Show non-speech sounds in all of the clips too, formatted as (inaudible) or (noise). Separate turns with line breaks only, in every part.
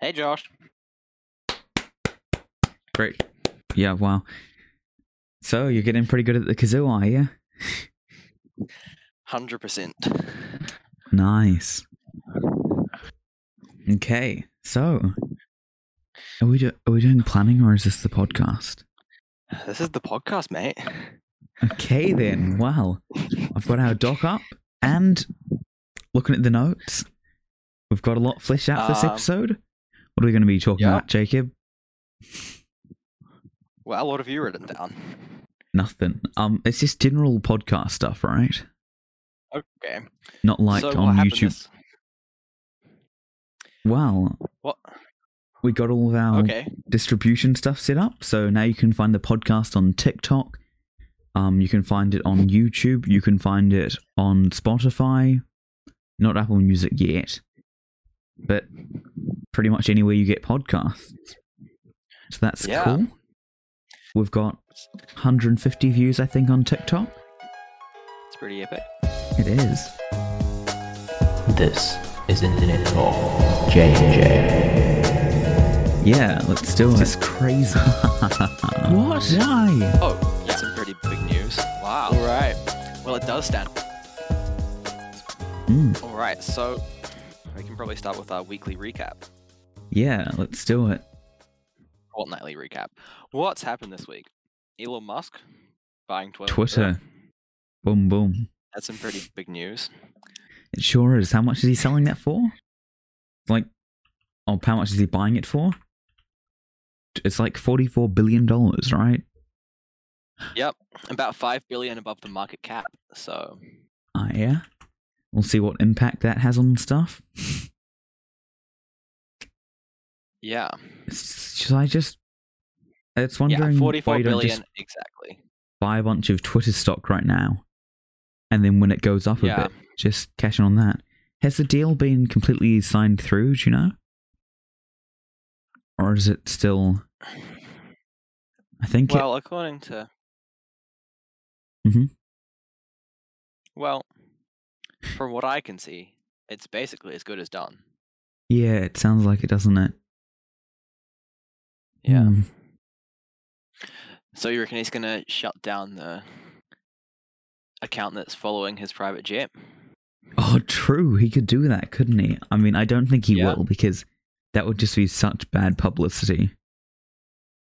Hey, Josh.
Great. Yeah, wow. So you're getting pretty good at the kazoo, are you?
Hundred percent.
Nice. Okay, so are we do- are we doing planning or is this the podcast?
This is the podcast, mate.
Okay then. Well, I've got our doc up and looking at the notes, we've got a lot fleshed out for this
Um,
episode. What are we going to be talking
yeah.
about, Jacob?
Well, what have you written down?
Nothing. Um, it's just general podcast stuff, right?
Okay.
Not like
so what
on
happened
YouTube.
This,
Well,
what?
we got all of our
Okay.
distribution stuff set up. So now you can find the podcast on TikTok. Um, you can find it on YouTube. You can find it on Spotify. Not Apple Music yet, but pretty much anywhere you get podcasts. So that's
Yeah.
cool. We've got 150 views, I think, on TikTok.
It's pretty epic.
It is.
This is Internet Talk. J and J.
Yeah, let's do it.
It's
(laughs)
crazy.
What? Why?
Oh, that's some pretty big news. Wow. All right. Well, it does stand.
Mm.
All right. So we can probably start with our weekly recap,
Yeah, let's do it.
fortnightly recap. What's happened this week? Elon Musk buying Twitter.
Twitter. Boom, boom.
That's some pretty big news.
It sure is. How much is he selling that for? Like, oh, how much is he buying it for? It's like forty-four billion dollars, right?
Yep. About five billion above the market cap. So
Ah, yeah. We'll see what impact that has on stuff. (laughs)
yeah.
S- Should I just? It's wondering
yeah.
why
Forty-four
you don't
billion
just
exactly.
buy a bunch of Twitter stock right now, and then when it goes up a
Yeah.
bit, just cash in on that. Has the deal been completely signed through? Do you know, or is it still? I think it
Well, according to.
Mhm.
Well, from what I can see, it's basically as good as done.
Yeah, it sounds like it, doesn't it? Hmm.
So you reckon he's gonna shut down the account that's following his private jet?
Oh, true. He could do that, couldn't he? I mean, I don't think he
Yeah.
will because that would just be such bad publicity.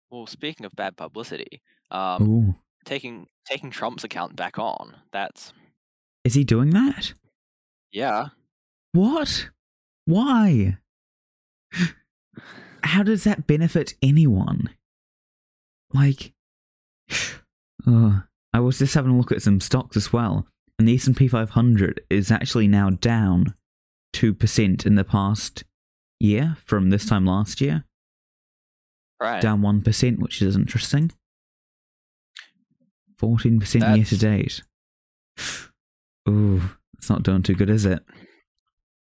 Well, speaking of bad publicity, um,
Ooh.
taking taking Trump's account back on. That's
Is he doing that?
yeah.
What? Why? How does that benefit anyone? Like, Ugh. I was just having a look at some stocks as well, and the S&P 500 is actually now down 2% in the past year from this time last year,
Right.
down 1%, which is interesting. 14% year to
That's-
date. Ooh, it's not doing too good, is it?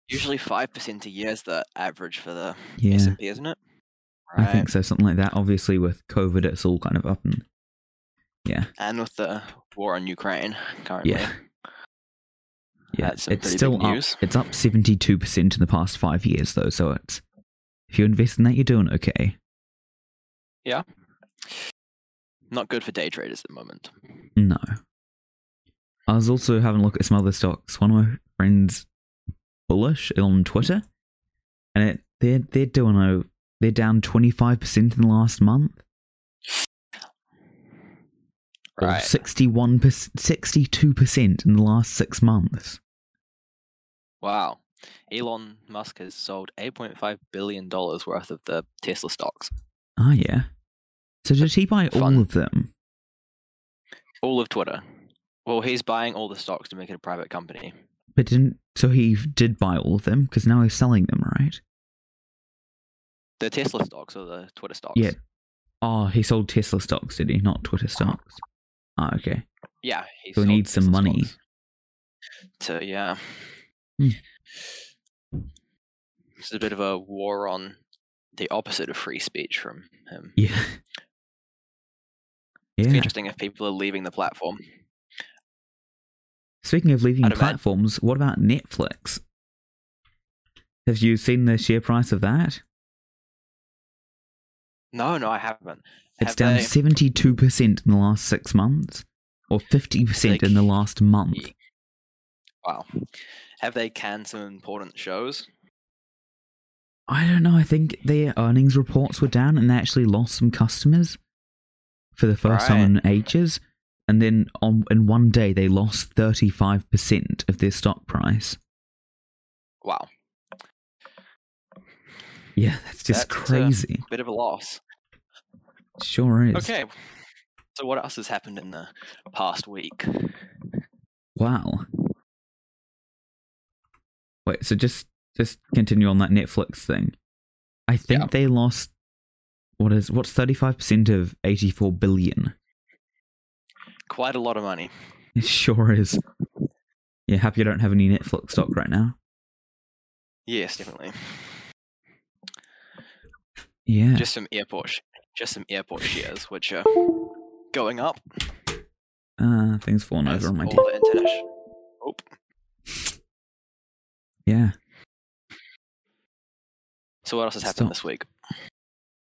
Usually five percent a year is the average for the
Yeah.
S and P, isn't it?
I think so, something like that. Obviously, with COVID, it's all kind of up and yeah,
And with the war on Ukraine currently.
yeah, yeah.
That's some
it's
pretty big
still up.
news.
It's up seventy-two percent in the past five years, though. So it's if you invest in that, you're doing okay.
Not good for day traders at the moment.
No, I was also having a look at some other stocks. One of my friends, bullish on Twitter, and it they're they're doing a they're down twenty-five percent in the last month. or
Right.
61 62% in the last six months.
Wow. Elon Musk has sold $8.5 billion worth of the Tesla stocks.
Ah, yeah. So did he buy
Fun.
all of them?
All of Twitter. Well, he's buying all the stocks to make it a private company.
But didn't. So he did buy all of them because now he's selling them, right?
The Tesla stocks or the Twitter stocks?
Yeah. Oh, he sold Tesla stocks, did he? Not Twitter stocks. Ah, okay. (laughs)
Yeah. He
So he
sold
needs some
Tesla
money.
stocks To, yeah.
Hmm.
It's a bit of a war on the opposite of free speech from him.
Yeah.
It's
Yeah.
interesting if people are leaving the platform.
Speaking of leaving
I'd imagine-
platforms, what about Netflix? Have you seen the share price of that?
No, no, I haven't.
It's
Have
down
they-
seventy-two percent in the last six months, or fifty percent in the
Like-
last month.
Ye- Wow. Have they canned some important shows?
I don't know. I think their earnings reports were down, and they actually lost some customers for the first time in ages. And then on in one day, they lost thirty-five percent of their stock price.
Wow.
Yeah, that's just
That's, uh,
crazy.
Bit of a loss.
Sure is.
Okay. So what else has happened in the past week?
Wow. Wait, so just just continue on that Netflix thing. I think
Yeah.
they lost what is what's thirty five percent of eighty four billion. (laughs)
Quite a lot of money.
It sure is. Yeah, happy I don't have any Netflix stock right now.
Yes, definitely.
Yeah.
Just some airport, sh- just some airport shares, which are going up.
uh things falling
as
over on my
all
desk.
the international. Oop.
Yeah.
So what else has happened
Stop.
this week?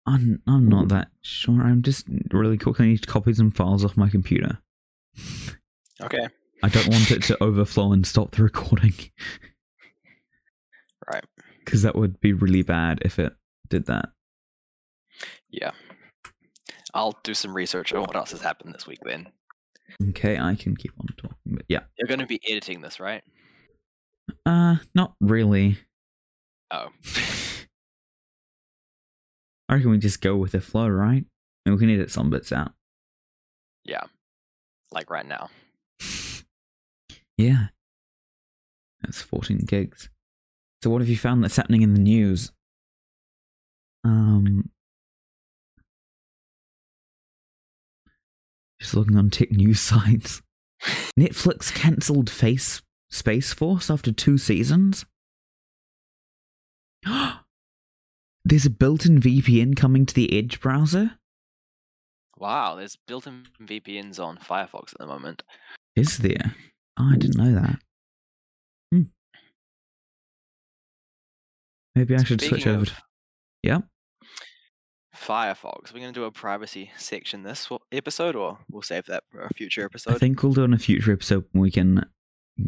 I'm I'm not that sure. I'm just really quickly need to copy some files off my computer.
Okay.
I don't want
(laughs)
it to overflow and stop the recording.
Right.
Because that would be really bad if it did that.
Yeah. I'll do some research on what else has happened this week then.
Okay, I can keep on talking. But yeah.
You're going to be editing this, right?
Uh, not really.
Oh.
I reckon we just go with the flow, right? And we can edit some bits out.
Yeah. Like right now.
Yeah. That's 14 gigs. So what have you found that's happening in the news? Um Just looking on tech news (laughs) sites. Netflix cancelled Face Space Force after two seasons. (gasps) There's a built-in VPN coming to the Edge browser.
Wow, there's built-in VPNs on Firefox at the moment.
Is there? Oh, I didn't know that. Hmm. Maybe I should switch
Speaking
over
of
to. Yeah.
Firefox. We're going to do a privacy section this w- episode, or we'll save that for a future
I
episode.
think we'll do it in a future episode when we can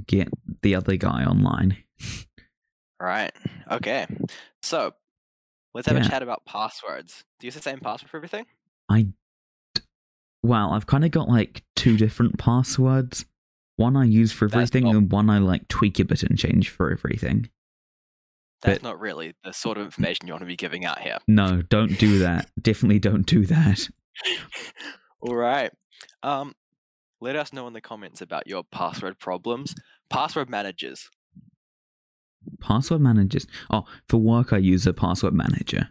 get the other guy online.
Right. Okay. So let's have
Yeah.
a chat about passwords. Do you use the same password for everything?
Well, I've kind of got like two different passwords. One I use for
That's
everything,
not-
and one I like tweak a bit and change for everything.
That's
But-
not really the sort of information you want to be giving out here.
No, don't
(laughs)
do that. Definitely don't do that.
All right. Um, let us know in the comments about your password problems. Password managers.
Password managers. Oh, for work, I use a password manager.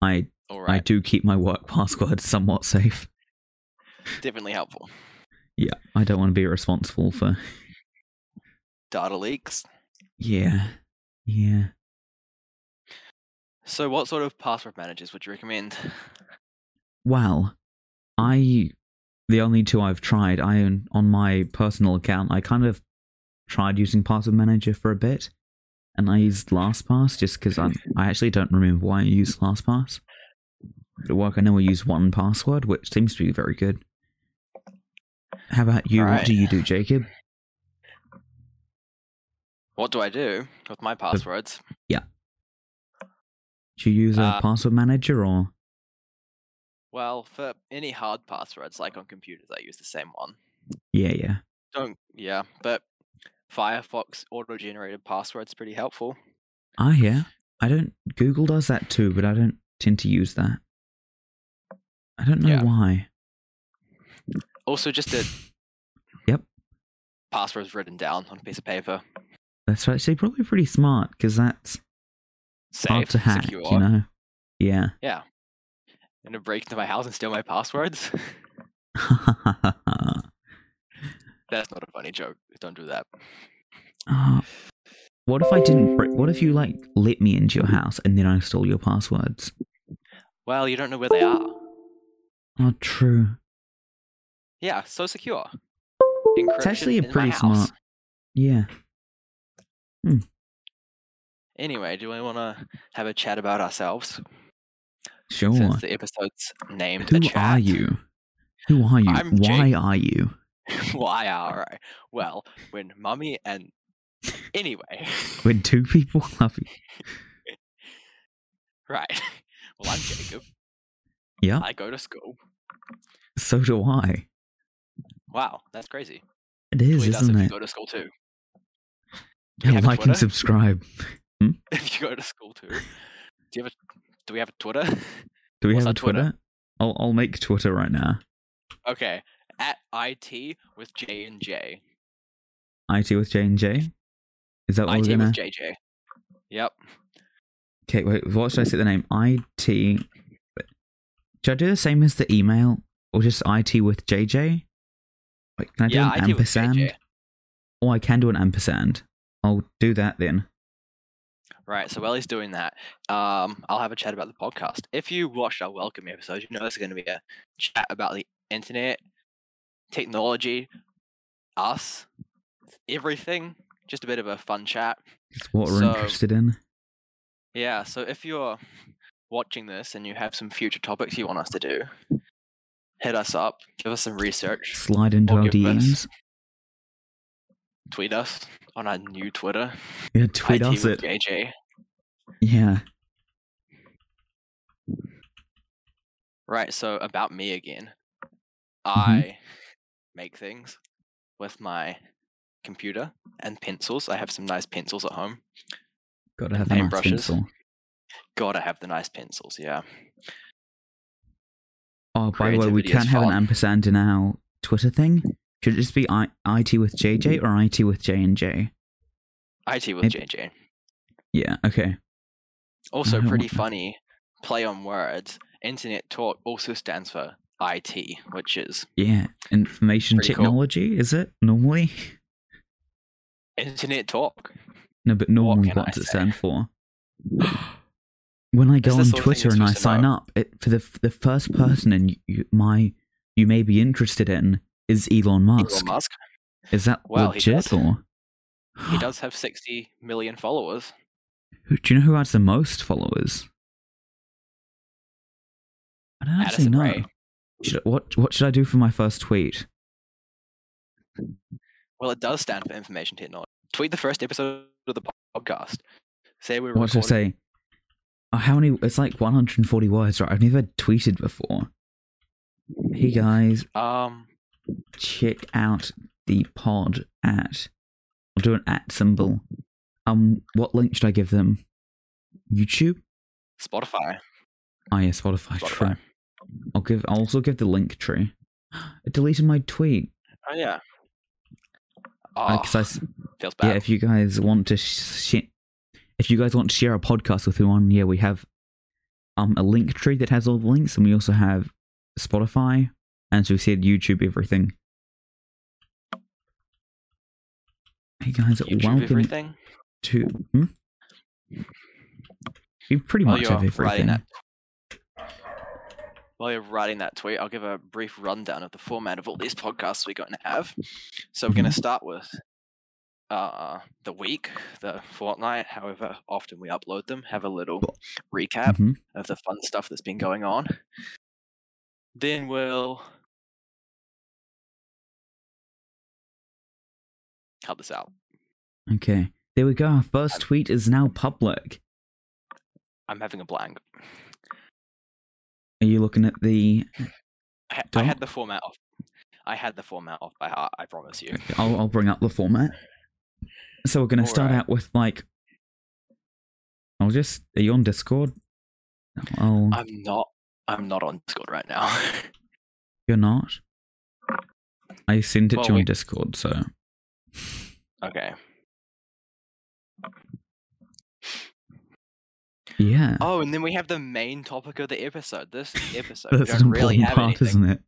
I
All
I
right.
do keep my work (laughs) password somewhat safe.
Definitely helpful.
Yeah, I don't want to be responsible for.
Data leaks.
Yeah, yeah.
So, what sort of password managers would you recommend?
Well, I the only two I've tried. I on- on my personal account, I kind of tried using Password Manager for a bit, and I used LastPass just because I I actually don't remember why I used LastPass. At work, I know I use one password, which seems to be very good. How about you? What
Alright.
do you do, Jacob?
What do I do with my passwords?
Do you use a
Uh,
password manager or?
Well, for any hard passwords, like on computers, I use the same one.
Yeah, yeah.
Don't, yeah, but Firefox auto generated passwords pretty helpful.
Ah, yeah. I don't. Google does that too, but I don't tend to use that. I don't know
Yeah.
why.
Also, just the
Yep.
passwords written down on a piece of paper,
That's actually probably pretty smart because that's hard
safe,
to hack,
secure,
you know? Yeah. (laughs)
and to break into my house and steal my passwords. (laughs) That's not a funny joke. Don't do that.
Ah. what if I didn't? Br- what if you like let me into your house and then I stole your passwords?
Well, you don't know where they are.
Oh, true.
Yeah, so secure.
It's actually a
Encryption in my
pretty
house.
smart. Yeah.
Anyway, do we want to have a chat about ourselves?
Sure.
since the episode's name. the
Who
chat.
are you? Who are you?
I'm
Why
Jake.
are you?
(laughs) Why are I? Well, when mummy
(laughs)
and anyway,
When two (laughs) people love you.
(laughs) right? (laughs) Well, I'm Jacob.
Yeah,
I go to school.
so do I.
Wow, that's crazy.
It is,
Tweet us
isn't
if you
it?
go to school too. (laughs) Do we
Yeah,
have a
like and
Twitter?
subscribe.
if you go to school too, do you have a, do we have a Twitter? (laughs)
Do we
What's
have a
our Twitter?
Twitter? I'll I'll make Twitter right now.
Okay, at it with J and J.
IT with J and J. Is that what
It
we're gonna?
with JJ. Yep.
Okay, wait. What should I say the name? IT. Should I do the same as the email or just IT with JJ? Wait, can I do
yeah,
an
IT with
ampersand?
JJ.
Oh, I can do an ampersand. I'll do that then.
Right, so while he's doing that, um, I'll have a chat about the podcast. If you watched our welcome episode, you know there's going to be a chat about the internet, technology, us, everything. Just a bit of a fun chat.
It's what we're
So-
interested in.
Yeah, so if you're watching this and you have some future topics you want us to do, hit us up, give us some research,
Slide into
or
our
give us-
DMs.
tweet us on our new Twitter.
Yeah, tweet
IT
us
with
it.
JJ.
Yeah.
Right, so about me again.
Mm-hmm.
I make things with my computer and pencils. I have some nice pencils at home.
Gotta have a nice
paintbrushes.
pencil.
Gotta have the nice pencils, yeah.
Oh, by the way, we
Creativity
can't
is
have an
fun.
ampersand in our Twitter thing. Should it just be I- IT with
Mm.
JJ or IT with J and J?
IT with
Maybe- (laughs)
JJ.
Yeah. Okay.
Also,
don't
pretty
want that.
funny play on words. Internet talk also stands for IT, which is
Yeah. Information
Pretty cool.
technology is it normally? (laughs)
internet talk.
No, but normally
can
what,
I
does it
say? (gasps)
stand for? When I go
the
on
sort of thing
Twitter
you're
and I
supposed to
sign
know.
up, it, for the f- the first person in y- you, my you may be interested in is Elon Musk.
Elon Musk.
Is that
Well, he
legit
does.
or? (gasps)
He does have 60 million followers.
Who- Do you know who has the most followers? I don't actually
Addison
know.
Rae.
Should I- what what should I do for my first tweet?
Well, it does stand for information technology. Tweet the first episode of the po- podcast. Say we
What should I
recorded
say? Oh, how many? It's like 140 words, right? I've never tweeted before. Hey guys,
Um,
check out the pod at. I'll do an at symbol. Um, what link should I give them? YouTube.
Spotify.
Oh yeah, Spotify. True.
Spotify.
I'll give. I'll also give the link tree. (gasps) It deleted my tweet.
Oh yeah. Oh,
Uh, 'cause I s-
feels bad.
yeah, if you guys want to sh- sh- if you guys want to share a podcast with anyone, yeah, we have um a link tree that has all the links, and we also have Spotify, and as we said, YouTube, everything. Hey guys,
YouTube
welcome
everything.
to. Hmm? We pretty
While
much
you're
have
writing
everything.
that, while you're writing that tweet, I'll give a brief rundown of the format of all these podcasts we're going to have. So we're going to
Mm-hmm.
start with uh the week, the fortnight, however often we upload them. Have a little recap.
Mhm.
of the fun stuff that's been going on. Then we'll cut this out.
Okay, there we go. Our first tweet is now public.
I'm having a blank.
Are you looking at the?
I, ha- I had
Don't-
the format off. I had the format off by heart. I promise
(laughs)
you.
I'll, I'll bring up the format. So we're going to start
Alright.
out with like. I'll just. Are you on Discord? Oh,
I'm not. I'm not on Discord right now. (laughs)
you're not. I sent it
Well,
to you on
we-
Discord, so
okay.
yeah.
Oh, and then we have the main topic of the episode. This
(laughs)
episode we
That's an
Uh, don't really
important
have
part,
anything.
isn't it?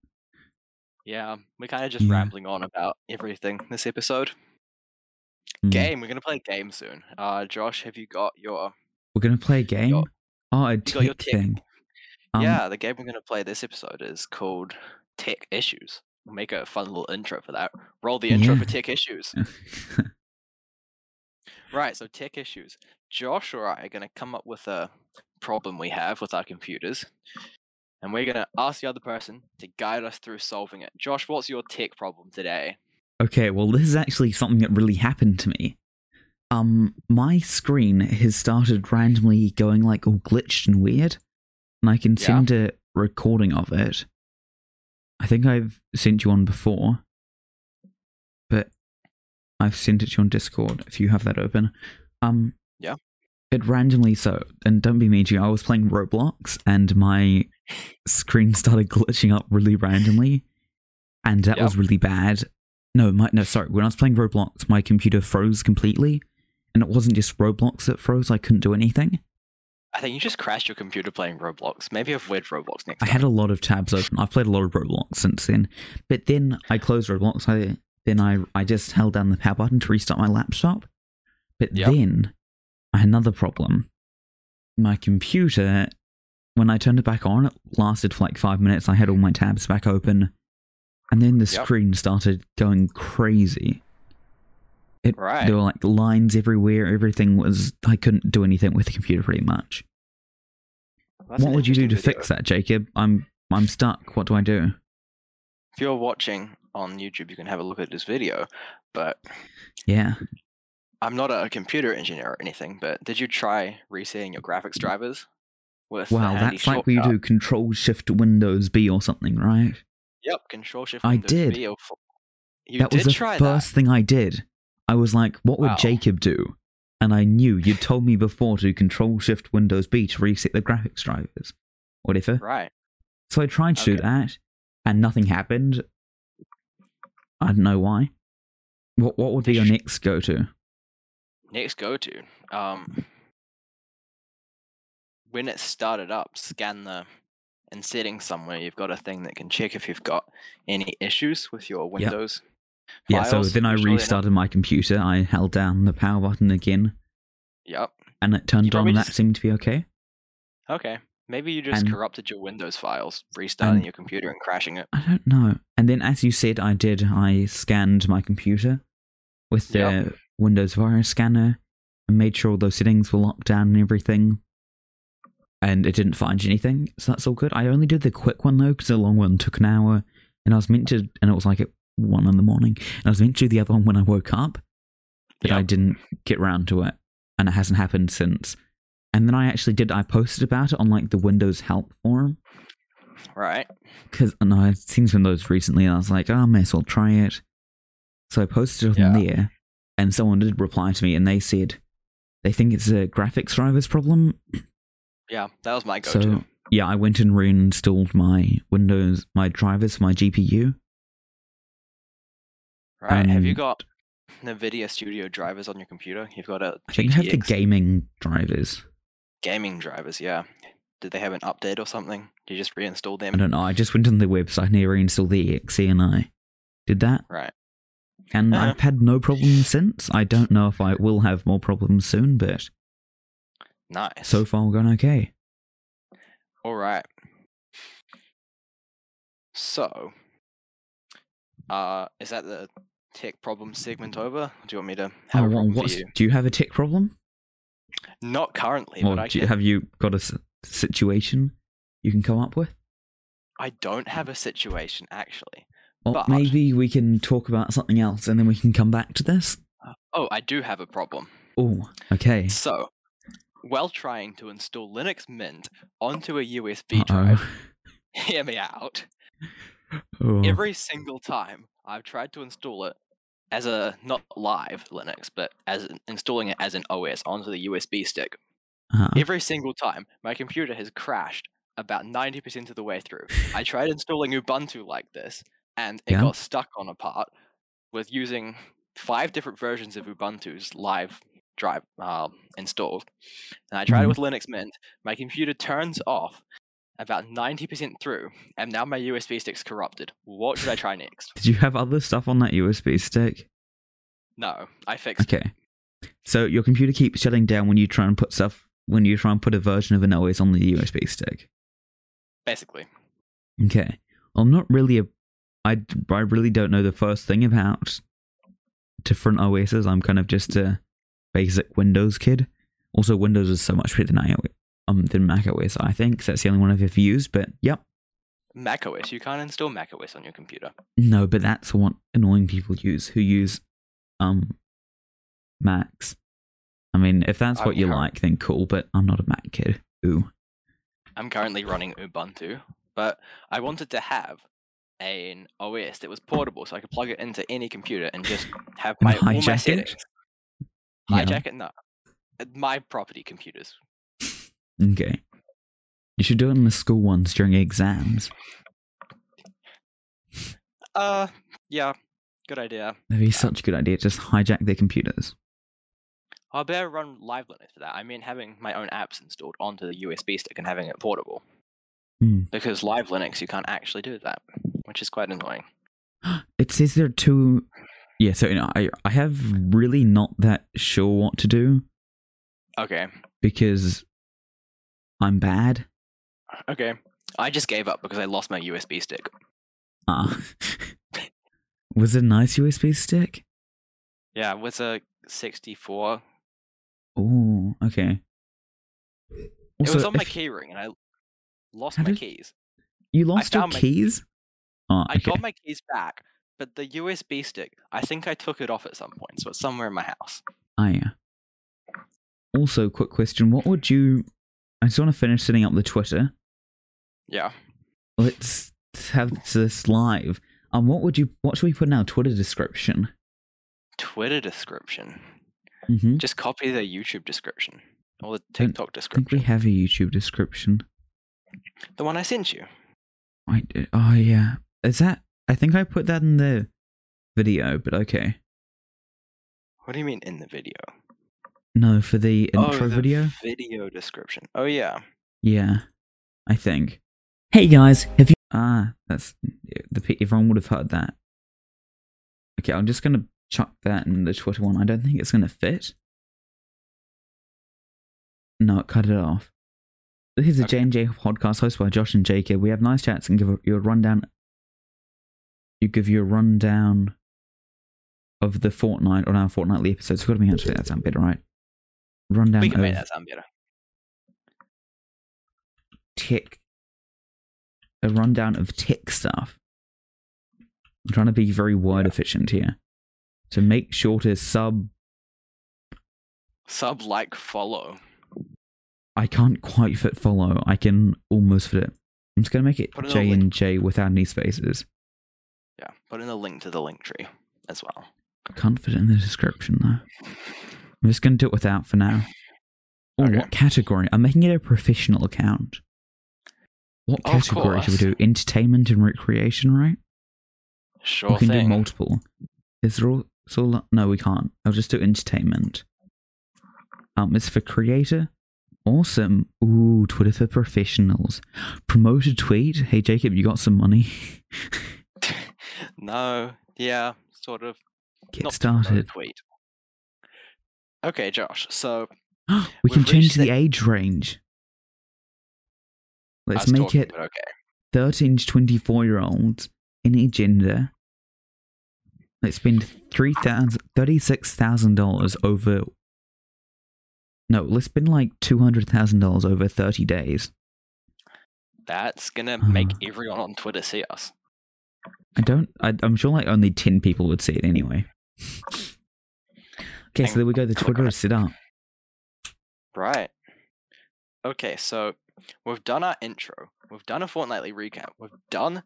Yeah, we're kind of just
Yeah.
rambling on about everything this episode.
Mm.
Game. We're gonna play a game soon. Uh, Josh, have you got your
We're gonna play a game.
got-
oh, a
got your
tech
tech.
thing. Um,
yeah, the game we're going to play this episode is called Tech Issues. We'll make a fun little intro for that. Roll the intro for
Yeah.
Tech Issues.
(laughs)
Right, so Tech Issues. Josh or I are going to come up with a problem we have with our computers, and we're going to ask the other person to guide us through solving it. Josh, what's your tech problem today?
Okay, well, this is actually something that really happened to me. Um, my screen has started randomly going like all glitched and weird, and I can
Yeah.
send a recording of it. I think I've sent you one before, but I've sent it to you on Discord if you have that open. Um,
Yeah.
It randomly so, and don't be mean to you. I was playing Roblox and my
(laughs)
screen started glitching up really randomly, and that
Yeah.
was really bad. No, my, no, sorry. When I was playing Roblox, my computer froze completely, and it wasn't just Roblox that froze. I couldn't do anything.
I think you just crashed your computer playing Roblox. Maybe avoid Roblox next
I
time.
had a lot of tabs open. I've played a lot of Roblox since then, but then I closed Roblox. I then I I just held down the power button to restart my laptop, but
Yep.
then I had another problem. My computer, when I turned it back on, it lasted for like five minutes. I had all my tabs back open, and then the
Yep.
screen started going crazy. It,
Right.
There were like lines everywhere. Everything was. I couldn't do anything with the computer pretty much
That's an
what would you do to
interesting video.
fix that, Jacob? I'm I'm stuck. What do I do?
If you're watching on YouTube, you can have a look at this video. But
Yeah.
I'm not a computer engineer or anything. But did you try resetting your graphics drivers? With the
Wow,
handy
that's like where you
shortcut?
do Control Shift Windows B or something, right?
Yep, Control Shift.
I
Windows
did.
B or four. You
that was
did
the
try
first thing I did. I was like, what would
Wow.
Jacob do? And I knew you'd told me before to Control Shift Windows B to reset the graphics drivers, whatever.
that. Right.
So I tried to do
Okay.
that, and nothing happened. I don't know why. What what would be your
Sh-
next go to?
Next go to. Um, when it started up, scan the in settings somewhere. You've got a thing that can check if you've got any issues with your Windows.
Yeah, so
files,
then I
usually, and-
restarted my computer. I held down the power button again,
Yep.
and it turned on.
probably
and That
just-
seemed to be okay.
Okay. Maybe you just
And-
corrupted your Windows files, restarting
and-
your computer and crashing it.
I don't know. And then, as you said, I did. I scanned my computer with the
Yep.
Windows virus scanner and made sure all those settings were locked down and everything. And it didn't find anything, so that's all good. I only did the quick one though, because the long one took an hour, and I was meant to, and it was like at one in the morning, and I was meant to do the other one when I woke up, but I
Yep.
didn't get round to it, and it hasn't happened since. And then I actually did. I posted about it on like the Windows help forum,
Right.
because no, I've seen some of those recently, and I was like, oh, I may as well try it. So I posted it on there, and someone did reply to me, and they said they think it's a graphics driver's problem.
Yeah, that was my go
so
to.
yeah, I went and reinstalled my Windows, my drivers for my GPU.
right. Have you
and-
got NVIDIA Studio drivers on your computer? You've got a
I think I have the
GTX
gaming drivers.
gaming drivers, yeah. Did they have an update or something? Did you just reinstall
I
them?
don't know. I just went on their website and they reinstalled the exe, and I did that.
Right.
And
Uh-huh.
I've had no problems since. I don't know if I will have more problems soon, but
Nice.
so far we're going okay.
all right. So, uh, is that the tech problem segment over? Or do you want me to have
Oh,
a
wha-
problem
what's-
for you?
do you have a tech problem?
Not currently,
Or
but I
do you-
can,
have you got a s- situation you can come up with?
I don't have a situation actually.
Or
But-
maybe we can talk about something else and then we can come back to this.
Oh, I do have a problem.
Oh, okay.
So, while trying to install Linux Mint onto a USB drive, (laughs)
(laughs) Uh-oh.
hear me out.
Oh.
every single time I've tried to install it as a not live Linux, but as an- installing it as an OS onto the USB stick,
Uh,
every single time my computer has crashed about 90% of the way through. I tried installing Ubuntu like this and it
Yeah.
got stuck on a part with using five different versions of Ubuntu's live drive um, installed. And I tried
Mhm.
it with Linux Mint. My computer turns off about 90% through and now my USB stick's corrupted. What should I try next?
Did you have other stuff on that USB stick?
No, I fixed
Okay. So your computer keeps shutting down when you try and put stuff when you try and put a version of an OS on the USB stick.
basically.
Okay. I'm not really a I, I really don't know the first thing about different OSs. I'm kind of just a basic Windows kid. Also Windows is so much better than iOS um than macOS. I think 'cause that's the only one I've ever used. But yep,
macOS. You can't install macOS on your computer.
no, but that's what annoying people use who use um Macs. I mean, if that's
I
what you
can't-
like, then cool. But I'm not a Mac kid. Ooh,
I'm currently running Ubuntu, but I wanted to have an OS that was portable, so I could plug it into any computer and just have my
And
all my
hijack it?
settings.
Yeah.
Hijack it? No, Uh, my property computers.
okay. You should do it in the school ones during exams.
Uh, yeah, good idea.
That'd be such a good idea. Just hijack their computers.
I'll better run live Linux for that. I mean, having my own apps installed onto the USB stick and having it portable.
Hmm.
Because live Linux, you can't actually do that, which is quite annoying.
It says there are two. Yeah, so you know, I I have really not that sure what to do
Okay,
because I'm bad.
okay. I just gave up because I lost my USB stick.
Ah, (laughs) was it a nice USB stick?
Yeah, it was a 64.
Oh, okay. Also,
it was on my
if
keyring, and I lost
How
my
did-
keys.
you lost your
found my-
keys. Oh,
I
okay.
got my keys back, but the USB stick, I think I took it off at some point, so it's somewhere in my house.
Ah, yeah. Also, quick question: What would you? I just want to finish setting up the Twitter.
Yeah.
Let's have this live. Um, what would you? What should we put in our Twitter description?
Twitter description.
Mm-hmm.
Just copy the YouTube description or the
Don't
TikTok
I think
description.
we have a YouTube description.
The one I sent you.
I d oh yeah, is that? I think I put that in the video, but okay.
What do you mean in the video?
No, for the intro
Oh, the
video.
Video description. Oh yeah.
Yeah, I think. Hey guys, have you? Ah, that's the pe- everyone would have heard that. Okay, I'm just gonna chuck that in the Twitter one. I don't think it's gonna fit. No, it cut it off. This is the
Okay.
J and J podcast hosted by Josh and Jacob. We have nice chats and give you a rundown. You give you a rundown of the fortnight on our fortnightly episodes. It's got to be actually that sound better, right? Rundown
we can make
of
that sound better.
tech a rundown of tech stuff. I'm trying to be very word efficient here. So make sure to sub
Sub, like, follow.
I can't quite fit follow. I can almost fit it. I'm just gonna make it
Put it on
J
link.
and J without any spaces.
Yeah. Put in a link to the link tree as well.
I can't fit it in the description though. I'm just gonna do it without for now. Oh
Okay.
what category? I'm making it a professional account. What
Of
category should we do?
course.
Entertainment and recreation, right?
Sure
we can
thing.
do multiple. Is there also lo- no? We can't. I'll just do entertainment. Um, it's for creator. Awesome. Ooh, Twitter for professionals. Promote a tweet. Hey Jacob, you got some money? (laughs)
no. Yeah. Sort of.
Get
not promote
started.
Tweet. Okay, Josh. So
(gasps) we can
We've
change
reached
the
the-
age range.
I
Let's
was
make
talking,
it
but okay.
13 to 24 year olds, any gender. Let's spend three thousand thirty-six thousand dollars over. No, let's spend like two hundred thousand dollars over thirty days.
That's gonna make
Uh.
everyone on Twitter see us.
I don't. I, I'm sure like only ten people would see it anyway. Okay, so
Hang-
there we go. The
click on
Twitter
it.
is set up.
Right. Okay, so we've done our intro. We've done a fortnightly recap. We've done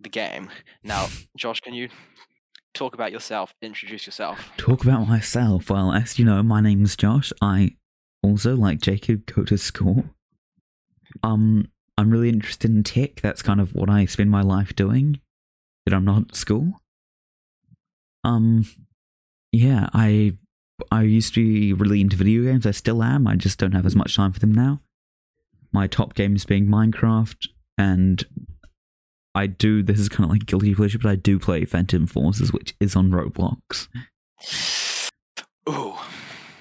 the game.
(laughs)
Now, Josh, can you talk about yourself? Introduce yourself.
Talk about myself. Well, as you know, my name's Josh. I also, like Jacob, go to school. Um, I'm really interested in tech. That's kind of what I spend my life doing. That I'm not at school. Um, yeah, I I used to be really into video games. I still am. I just don't have as much time for them now. My top games being Minecraft, and I do. This is kind of like guilty pleasure, but I do play Phantom Forces, which is on Roblox.
Ooh.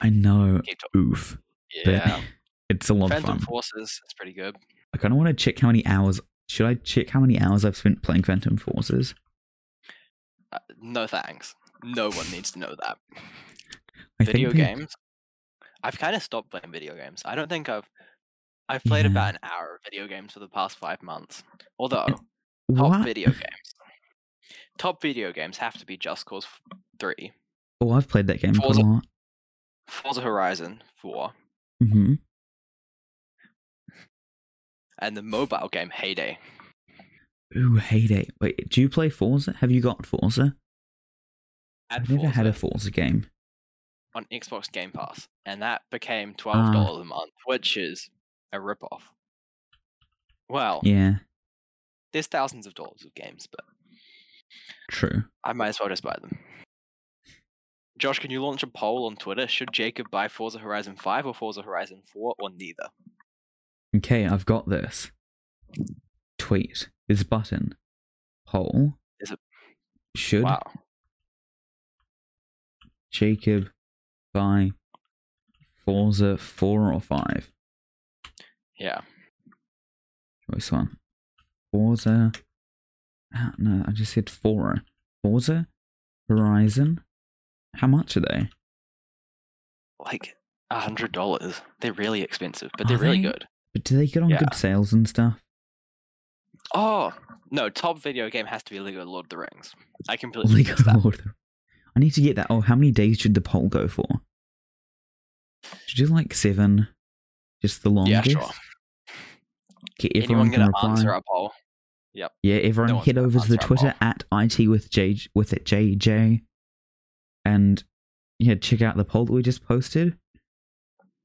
I know.
keep talk-
Oof. But
Yeah.
(laughs) it's a lot of
Phantom
fun.
Forces is pretty good.
I kind of want to check how many hours. Should I check how many hours I've spent playing Phantom Forces?
Uh, no thanks. No one needs to know that.
I
video
think they-
games. I've kind of stopped playing video games. I don't think I've I've played
Yeah.
about an hour of video games for the past five months. Although top
What?
video games, top video games have to be Just Cause f- Three,
Oh, I've played that game quite
Forza-
a lot.
Forza Horizon Four,
hmm
and the mobile game Heyday.
Ooh, heyday. Wait, do you play Forza? Have you got Forza?
Had
I've never had a
Forza
Forza game.
on Xbox Game Pass, and that became
Ah.
twelve dollars a month, which is a ripoff. Well,
Yeah,
there's thousands of dollars of games, but
true.
I might as well just buy them. Josh, can you launch a poll on Twitter? Should Jacob buy Forza Horizon 5 or Forza Horizon 4 or neither?
Okay, I've got this. Tweet. This button. Poll.
Is it-
Should
Wow.
Jacob buy Forza 4 or 5?
Yeah.
Choice one. Forza. Ah, no, I just said 4. Forza Horizon. How much are they?
Like a hundred dollars. They're really expensive, but they're
Are
really
they?
good.
But do they get on
Yeah.
good sales and
(laughs)
stuff?
Oh no, top video game has to be Lego Lord of the Rings. I completely
Holy
missed that.
Oh God. I need to get that. Oh, how many days should the poll go for? Should you do like seven? Just the
Yeah,
longest?
sure.
Okay,
Anyone
everyone can
gonna
reply.
answer our poll?
Yeah, everyone
No one's
head
gonna
over to
answer
the
at all.
Twitter at IT with J with it JJ, and yeah, check out the poll that we just posted.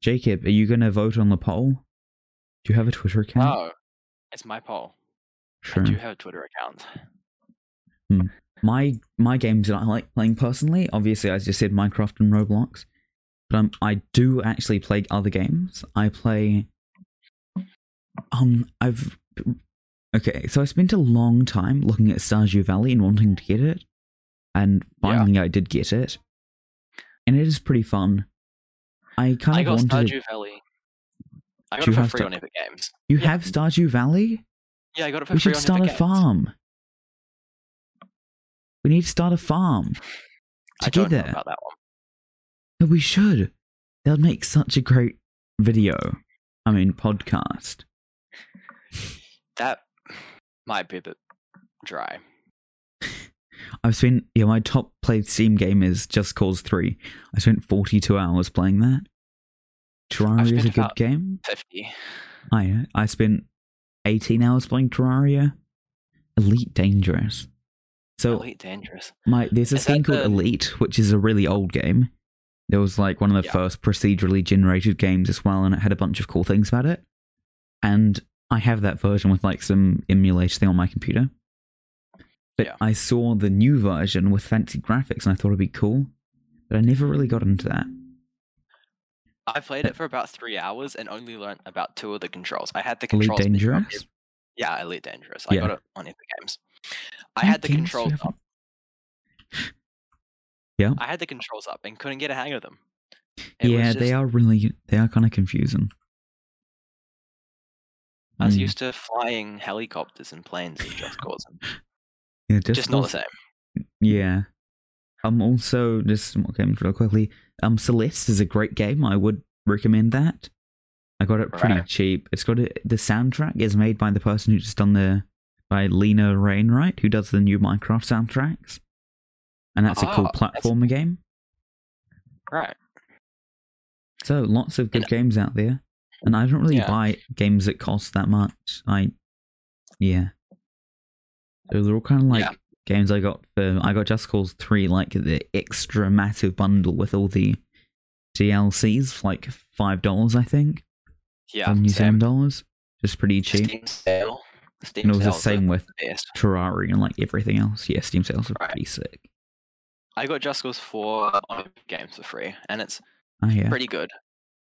Jacob, are you gonna vote on the poll? Do you have a Twitter account?
No. Oh, It's my poll.
Sure.
I do have a Twitter account.
My my games that I like playing personally, obviously, I just said Minecraft and Roblox, but um, I do actually play other games. I play. Um, I've okay, so I spent a long time looking at Stardew Valley and wanting to get it, and
Yeah.
finally I did get it, and it is pretty fun. I kind
I
of
got
wanted.
Stardew Valley. I got
Do
it
you
for
have
free
Star-
on Epic Games.
You
yeah.
have Stardew Valley.
Yeah, I got it for
We
free
should
on
start a
Epic Games.
farm. We need to start a farm
I don't know
together.
about that one.
No, we should. That would make such a great video. I mean, podcast.
That might be a bit dry.
I've spent, yeah, my top played Steam game is Just Cause 3. I spent 42 hours playing that. Terraria is
spent
a good
about-
game.
50.
I, I spent 18 hours playing Terraria. Elite Dangerous. So,
Elite Dangerous.
my there's this
Is that
game called
the-
Elite, which is a really old game. It was like one of the
Yeah.
first procedurally generated games as well, and it had a bunch of cool things about it. And I have that version with like some emulator thing on my computer. But
Yeah.
I saw the new version with fancy graphics, and I thought it'd be cool. But I never really got into that.
I played it for about three hours and only learnt about two of the controls. I had the
Elite
controls. menu on
Dangerous.
Epic- Yeah, Elite Dangerous. I
Yeah.
got it on Epic Games. I had the
Games
controls
have-
up.
Yeah.
I had the controls up and couldn't get a hang of them. It was
Yeah,
just-
they are really they are kind of confusing.
I was
Mm.
used to flying helicopters and planes and just cause them.
Yeah,
Just not the
Cause-
same.
Yeah. Um. Also, just some more games real quickly. Um, Celeste is a great game. I would recommend that. I got it pretty
Right.
cheap. It's got a, the soundtrack is made by the person who's done the by Lena Rainwright, who does the new Minecraft soundtracks, and that's a cool
Ah, that's-
platformer game.
Right.
So lots of good
And-
games out there, and I don't really
Yeah.
buy games that cost that much. I, yeah, so they're all kind of like
Yeah.
games I got for I got Just Cause Three, like the extra massive bundle with all the DLCs, for like five dollars I think,
Yeah.
or New
same.
Zealand dollars, just pretty cheap.
Steam sale. Steam
and it was the
sales are
same with
the best.
Terraria and like everything else. Yeah, Steam sales are
Right.
pretty sick.
I got Just Cause 4 on Epic Games for free, and it's
Oh yeah,
pretty good.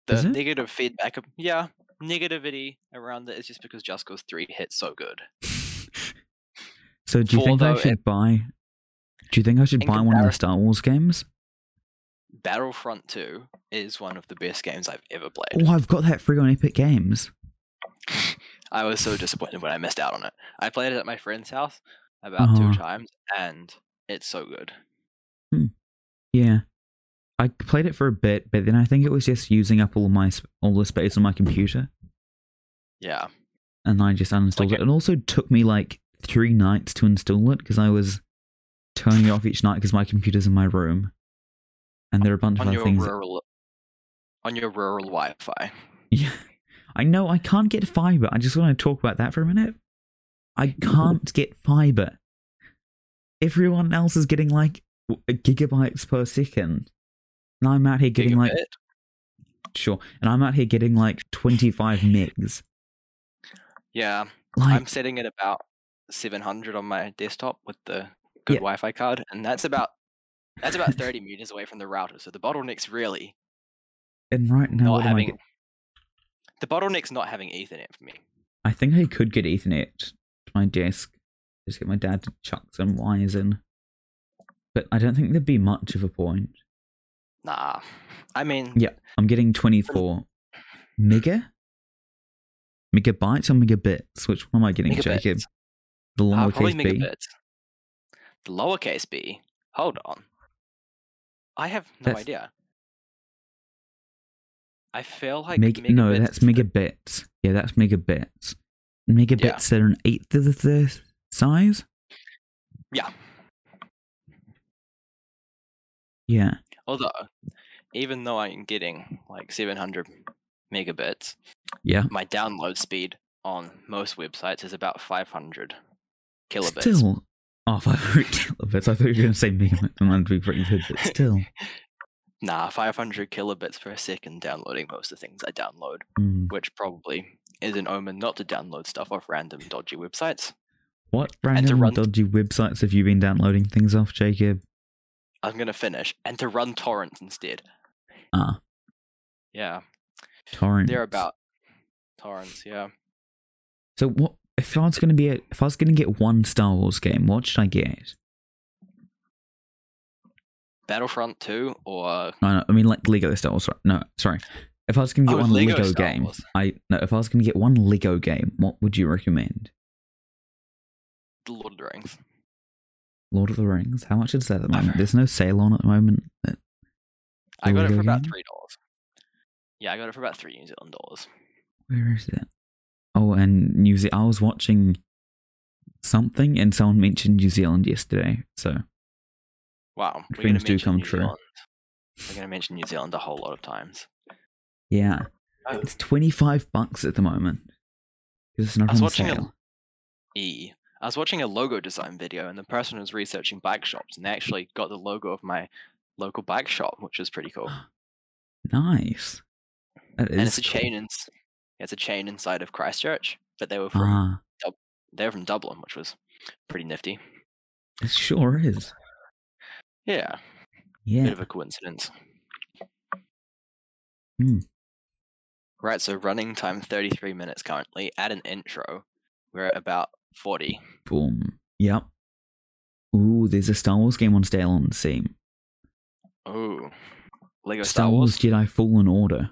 The
Is it?
negative feedback, of, yeah, negativity around it is just because Just Cause Three hits so good.
(laughs) so do you
Four,
think I
though,
should buy? Do you think I should
in
buy one of the
comparison-
Star Wars games?
Battlefront Two is one of the best games I've ever played.
Oh, I've got that free on Epic Games.
I was so disappointed when I missed out on it. I played it at my friend's house about two
Uh-huh.
times, and it's so good.
Yeah, I played it for a bit, but then I think it was just using up all my sp- all the space on my computer.
Yeah.
and I just uninstalled
Like
it. It also took me like three nights to install it because I was turning it off each night because my computer's in my room, and there are a bunch of
On
other
your
things.
rural on your rural Wi Fi.
(laughs) Yeah, I know I can't get fiber. I just want to talk about that for a minute. I can't get fiber. Everyone else is getting like w- gigabytes per second, and I'm out here getting like sure, and I'm out here getting like 25 megs.
Yeah.
Like,
I'm sitting at about seven hundred on my desktop with the good
Yeah.
Wi Fi card, and that's about that's about thirty meters away from the router. So the bottleneck's
(laughs)
really
and right now,
not
what am I
having
get-
the bottleneck's not having Ethernet for me.
I think I could get Ethernet to my desk. Just get my dad to chuck some wires in. But I don't think there'd be much of a point.
Nah. I mean
Yeah. I'm getting 24 mega? Megabytes or megabits? Which one am I getting, Jacob?
Megabits.
The
uh,
lowercase
probably
b.
megabits. The lowercase b. Hold on. I have no
That's-
idea. I feel like
Meg- no,
megabits is
that's
the-
megabits. Yeah, that's megabits. Megabits that are an eighth of the th- size?
Yeah.
Yeah.
Although, even though I'm getting like 700 megabits,
Yeah.
my download speed on most websites is about 500 kilobits.
Still, oh, (laughs) 500 kilobits. I thought you were going to say megabits. and That'd be pretty good,
(laughs)
but still.
Nah, 500 kilobits per second downloading most of the things I download,
Hmm.
which probably is an omen not to download stuff off random dodgy websites.
What
to
random
run-
dodgy websites have you been downloading things off, Jacob?
I'm gonna finish and to run torrents instead.
Ah,
Yeah,
torrent.
they're about torrents. Yeah,
So what? If I was going to be, a, if I was going to get one Star Wars game, what should I get?
Battlefront 2 or
No, no, I mean like Lego Star Wars. Sorry. No, sorry. If I was going to get
Oh,
one
Lego
Lego,
Star
game,
Wars.
I no. If I was going to get one Lego game, what would you recommend?
The Lord of the Rings.
Lord of the Rings. How much
(laughs)
is that at the moment? There's no sale on at the moment. That
I got it
Lego
for about
game?
three dollars. Yeah, I got it for about three New Zealand dollars.
Where is it? Oh, and New Zealand. I was watching something, and someone mentioned New Zealand yesterday. So
Wow, we're gonna
Dreams do
mention
come
New
true.
Zealand. We're gonna mention New Zealand a whole lot of times.
yeah,
Oh.
it's twenty five bucks at the moment because it's
I
not
was
on
watching a-
sale.
E. I was watching a logo design video, and the person was researching bike shops, and they actually got the logo of my local bike shop, which is pretty
(gasps)
cool.
Nice. That is
and it's a
cool.
chain. In, it's a chain inside of Christchurch, but they were from
Ah,
they're from Dublin, which was pretty nifty.
it sure is.
Yeah, bit
Yeah.
of a coincidence.
Hmm.
Right, so running time 33 minutes currently. At an intro, we're at about 40.
Boom. Yep. Ooh, there's a Star Wars game on sale on Steam.
Ooh. Lego
Star Wars Jedi Fallen Order.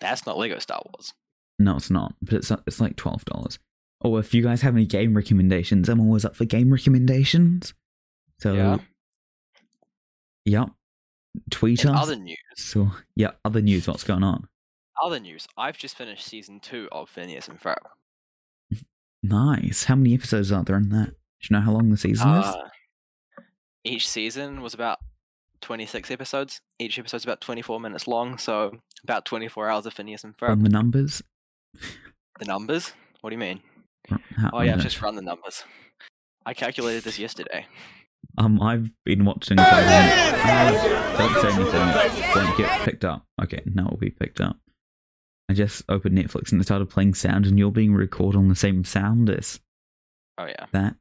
That's not Lego Star Wars.
No, it's not. But it's it's like twelve dollars. Oh, if you guys have any game recommendations, I'm always up for game recommendations. So,
Yeah.
yep. Tweet
In
us.
other news,
So, yeah, other news. What's going on?
other news, I've just finished season two of Phineas and Ferb.
Nice. How many episodes are there in that? Do you know how long the season is?
Uh, each season was about 26 episodes. Each episode's about 24 minutes long, so about 24 hours of Phineas and Ferb.
From the numbers?
The numbers? What do you mean?
How-
Oh, yeah, I've just run the numbers. I calculated this yesterday.
Um, I've been watching. Quite a lot. Don't say anything. It won't get picked up. Okay, now it'll be picked up. I just opened Netflix and it started playing sound, and you're being recorded on the same sound as
Oh, yeah.
that.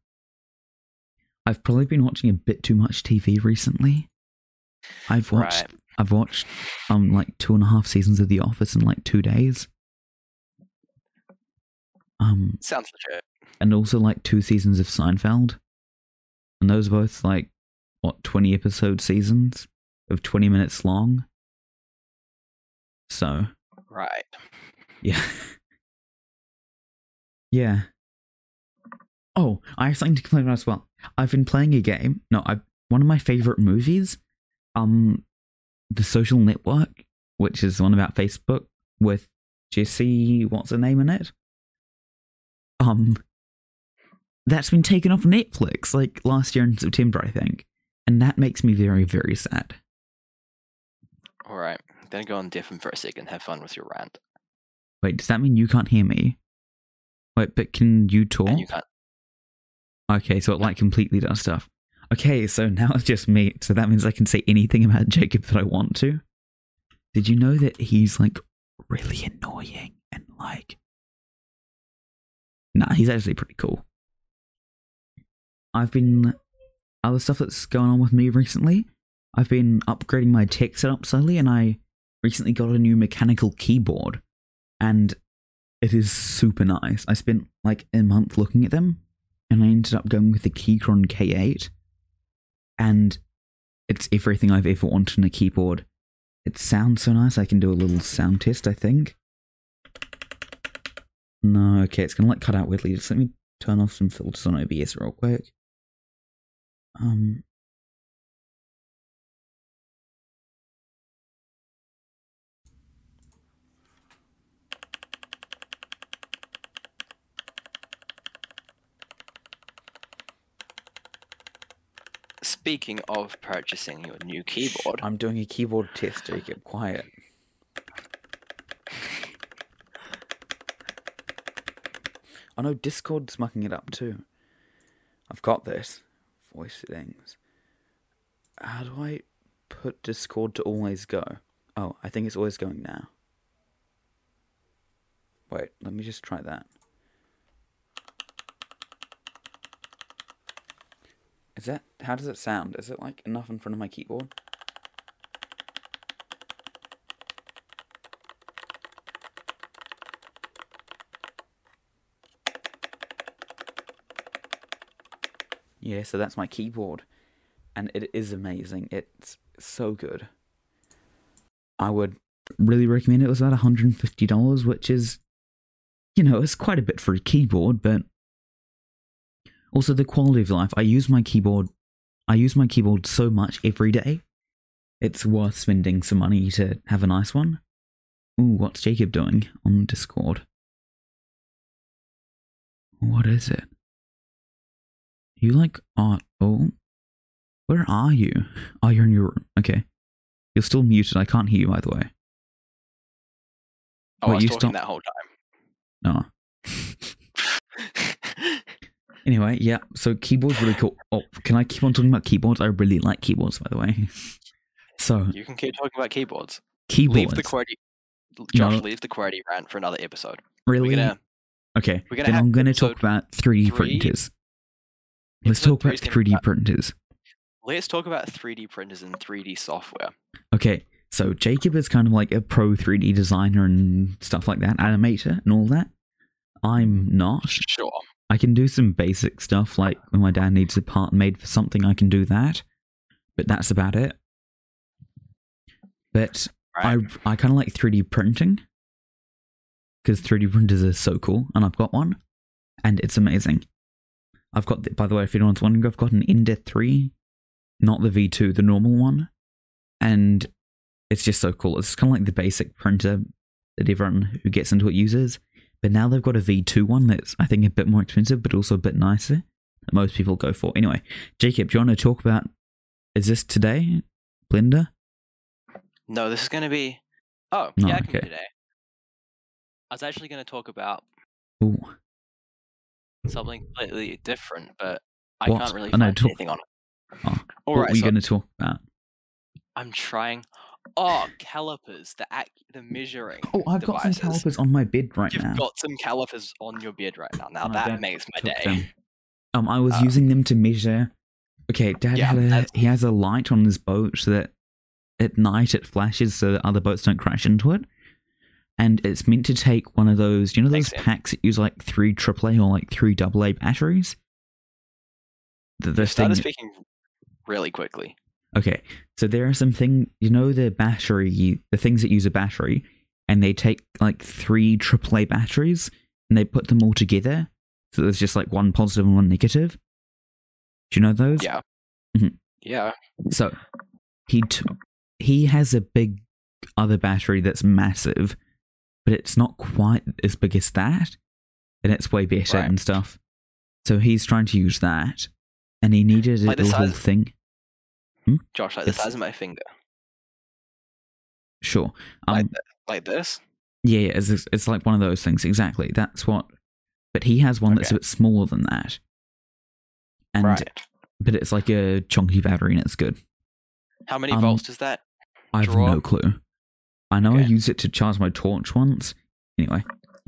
I've probably been watching a bit too much TV recently. I've watched.
Right.
I've watched um like two and a half seasons of The Office in like two days. Um,
Sounds legit.
and also like two seasons of Seinfeld. And those are both like what twenty episode seasons of twenty minutes long. So
Right.
yeah, (laughs) yeah. Oh, I have something to complain about as well. I've been playing a game. No, I one of my favorite movies, um, The Social Network, which is the one about Facebook with Jesse, what's her name in it? Um, that's been taken off Netflix like last year in September, I think, and that makes me very, very sad.
All right, I'm gonna go on different for a second. Have fun with your rant,
Wait, does that mean you can't hear me? Wait, but can you talk?
and you can't.
Okay, so it like completely does stuff. Okay, so now it's just me. So that means I can say anything about Jacob that I want to. Did you know that he's like really annoying and like. Nah, he's actually pretty cool. I've been. Other stuff that's going on with me recently, I've been upgrading my tech setup slowly, and I recently got a new mechanical keyboard. And it is super nice. I spent like a month looking at them, and I ended up going with the Keychron K8. And it's everything I've ever wanted in a keyboard. It sounds so nice. I can do a little sound test, I think. No, okay, it's gonna like cut out weirdly. Just let me turn off some filters on OBS real quick. Um.
Speaking of purchasing your new keyboard,
I'm doing a keyboard test, Jacob. Quiet. I know Discord's mucking it up too. I've got this. Voice settings. How do I put Discord to always go? Oh, I think it's always going now. Wait, let me just try that. Is that how does it sound? Is it like enough in front of my keyboard? Yeah, so that's my keyboard. And it is amazing. It's so good. I would really recommend it. It was about $150, which is, you know, it's quite a bit for a keyboard, but also the quality of life. I use my keyboard. I use my keyboard so much every day. It's worth spending some money to have a nice one. Ooh, what's Jacob doing on Discord? What is it? You like art? Oh, where are you? (laughs) Oh, you're in your room. Okay, you're still muted. I can't hear you. By the way,
oh,
Wait,
I was
you
talking
stop-
that
(laughs)
whole
no.
time.
Anyway, yeah. So keyboards really cool. Oh, can I keep on talking about keyboards? I really like keyboards, by the way. (laughs) So
you can keep talking about keyboards.
keyboards.
Leave the QWERTY. Josh,
No.
leave the QWERTY rant for another episode.
really?
We're gonna
okay.
we're gonna
then
have
I'm going to
episode
talk about 3D
three.
printers. Let's
Episode
talk about
three's gonna be
3D
about-
printers.
let's talk about 3D printers and 3D software.
Okay, so Jacob is kind of like a pro 3D designer and stuff like that, animator and all that. I'm not.
Sure.
I can do some basic stuff, like when my dad needs a part made for something, I can do that. But that's about it. But
Right.
I I kind of like 3D printing because 3D printers are so cool, and I've got one, and it's amazing. I've got, the, by the way, if anyone's wondering, I've got an Ender 3, not the V2, the normal one, and it's just so cool. It's kind of like the basic printer that everyone who gets into it uses, but now they've got a V2 one that's, I think, a bit more expensive, but also a bit nicer that most people go for. Anyway, Jacob, do you want to talk about, is this today, Blender?
No, this is going to be. Oh,
No,
yeah, I can do
okay.
today. I was actually going to talk about
Ooh.
something completely different, but I
What?
can't really
I know,
find
talk-
anything on it.
Oh,
All
what
right,
were you
so
going to talk about?
I'm trying. Oh, calipers, the ac- the measuring.
Oh, I've got some
devices.
calipers on my bed right
You've
now.
got some calipers on your beard right now. Now
My
that
dad
makes my
Took
day.
them. Um, I was
Uh,
using them to measure. Okay, Dad
Yeah,
had a,
that's-
he has a light on his boat so that at night it flashes so that other boats don't crash into it. And it's meant to take one of those, you know, those
Makes sense.
packs that use like three AAA or like three AA batteries. The, the
Started
thing,
speaking really quickly.
Okay, so there are some thing you know the battery, the things that use a battery, and they take like three AAA batteries and they put them all together, so there's just like one positive and one negative. Do you know those?
Yeah.
Mhm.
Yeah.
So he t- he has a big other battery that's massive, but it's not quite as big as that, and it's way better
Right.
and stuff. So he's trying to use that, and he needed a
Like the
little
size-
thing.
Josh, like the
It's-
size of my finger,
Sure. Um,
like th- like this.
Yeah, yeah, it's, it's like one of those things. Exactly. That's what. But he has one that's
Okay.
a bit smaller than that. And
right.
but it's like a chunky battery and it's good.
How many
um,
volts is that?
I have
Draw.
no clue. I know I
Okay.
used it to charge my torch once. Anyway,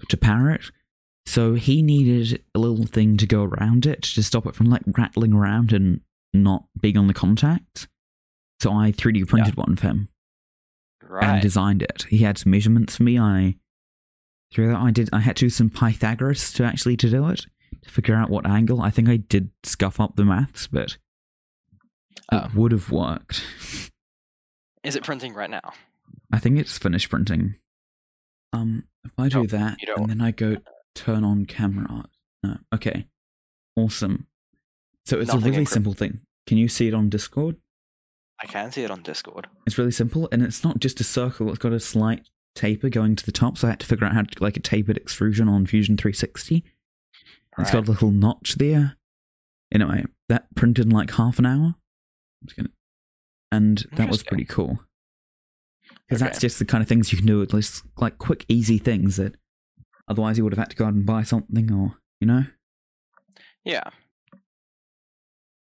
to power it. So he needed a little thing to go around it to stop it from like rattling around and not being on the contact. So I 3D printed one for him. and
Right.
designed it. He had some measurements for me. I through that I did I had to do some Pythagoras to actually to do it to figure out what angle. I think I did scuff up the maths, but
Oh.
it would have worked.
Is it printing right now?
I think it's finished printing. Um, if I do
No,
that
Oh, you don't.
and then I go turn on camera. No, okay, awesome. So it's
Nothing
a really
incre-
simple thing. Can you see it on Discord?
I can see it on Discord.
It's really simple, and it's not just a circle. It's got a slight taper going to the top, so I had to figure out how to do, like a tapered extrusion on Fusion 360. It's
Right.
got a little notch there. Anyway, that printed in like half an hour. I'm just gonna, and that was
Interesting.
pretty cool because that's
Okay.
just the kind of things you can do at least like quick, easy things that otherwise you would have had to go out and buy something or you know.
Yeah.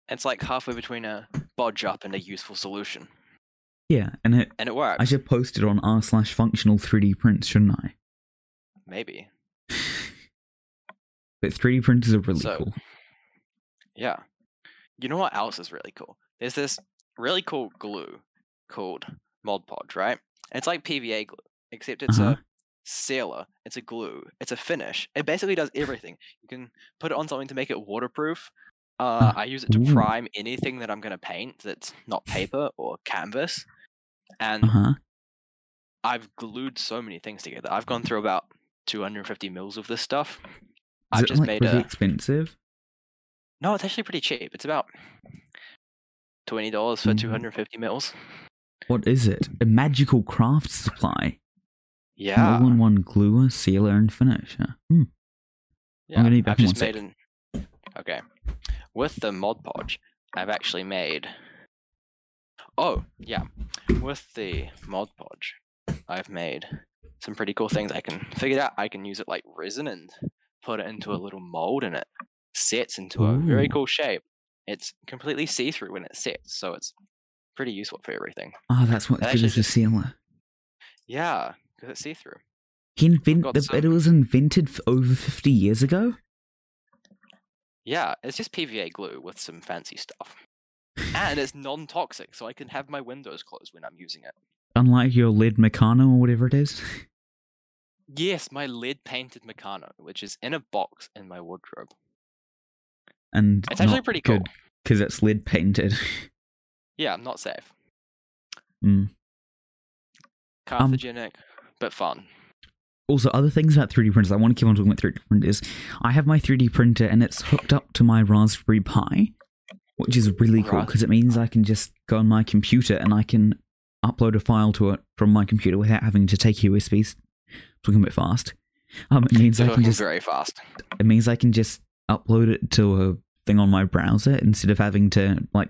It's like halfway between a bodge up and a useful solution,
Yeah, and it,
and it works.
I should post it on r slash functional 3D prints, shouldn't I?
Maybe.
But 3D printers are really
So-
cool.
Yeah. You know what else is really cool? There's this really cool glue called Mod Podge, right? And it's like PVA glue, except it's
Uh-huh.
a sealer, it's a glue, it's a finish. It basically does everything. You can put it on something to make it waterproof. Uh,
Ah,
I use it to
ooh.
prime anything that I'm going to paint that's not paper or canvas. And
Uh huh.
I've glued so many things together. I've gone through about 250 mils of this stuff.
Is
I've
it
just
like
made
really
a.
expensive?
No, it's actually pretty cheap. It's about twenty dollars for
Mm.
two hundred and fifty mils.
What is it? A magical craft supply. An
Yeah,
all-in-one gluer, sealer, and finisher. Hmm.
yeah.
gonna need back
I've
in
just
one
made an okay with the mod podge. I've actually made. Oh yeah, with the mod podge, I've made some pretty cool things. I can figure out. I can use it like resin and put it into a little mold, and it sets into a very
Ooh.
cool shape. It's completely see-through when it sets, so it's pretty useful for everything.
Ah, that's what's
That
good
actually
as a
just-
sealer.
Yeah, because it's see-through.
He invent-
got
the,
some-
It was invented f- over 50 years ago?
Yeah, it's just PVA glue with some fancy stuff. And it's non toxic, so I can have my windows closed when I'm using it.
Unlike your lead Meccano or whatever it is?
Yes, my lead painted Meccano, which is in a box in my wardrobe.
And
It's actually
not
pretty
good, Because it's lead painted.
Yeah, I'm not safe.
Mm. Um,
Carthagenic, but fun.
Also, other things about 3D printers, I want to keep on talking about 3D printers. I have my 3D printer and it's hooked up to my Raspberry Pi, which is really cool because it means I can just go on my computer and I can upload a file to it from my computer without having to take USBs. Talking a bit fast. Um, it
It's
means I can
working
just
very fast.
it means I can just upload it to a thing on my browser instead of having to like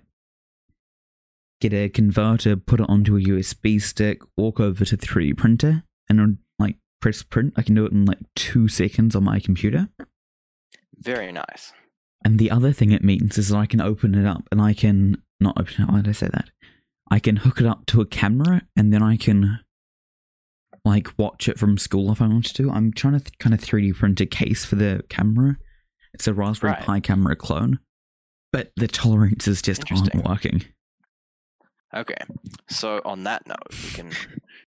get a converter, put it onto a USB stick, walk over to the 3D printer, and then, like press print. I can do it in like two seconds on my computer.
Very nice.
And the other thing it means is that I can open it up and I can not open it. Why did I say that? I can hook it up to a camera and then I can like watch it from school if I want to. I'm trying to th- kind of 3D print a case for the camera. It's a Raspberry
Right.
Pi camera clone, but the tolerances just aren't
Interesting.
working.
Okay, so on that note, we
(laughs)
can.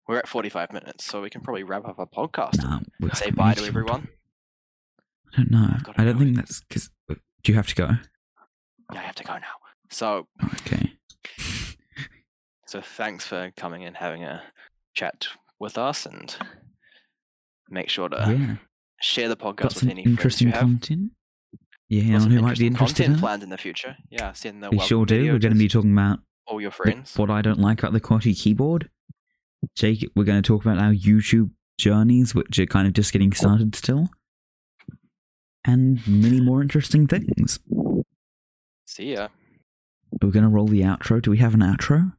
We're at 45 minutes, so we can probably wrap up our podcast
Nah, we-
and say
we
bye
need
to
keep
everyone.
I don't know.
I've gotta
I
go.
don't think that's because. Do you have to go?
Yeah, I have to go now. So
Oh, okay.
So thanks for coming and having a chat with us, and make sure to
yeah.
share the podcast Uh,
Got
with
some
any friends you
interesting
have.
content. Yeah,
Got
on
some
who might be
interesting
interested
content
in it.
planned in the future. Yeah, send the
We
welcome
sure do.
Oh, video
We're going to be talking about
all your
the-
friends.
what I don't like about the QWERTY keyboard. Jake, we're going to talk about our YouTube journeys, which are kind of just getting started still, and many more interesting things.
See ya.
We're going to roll the outro. Do we have an outro?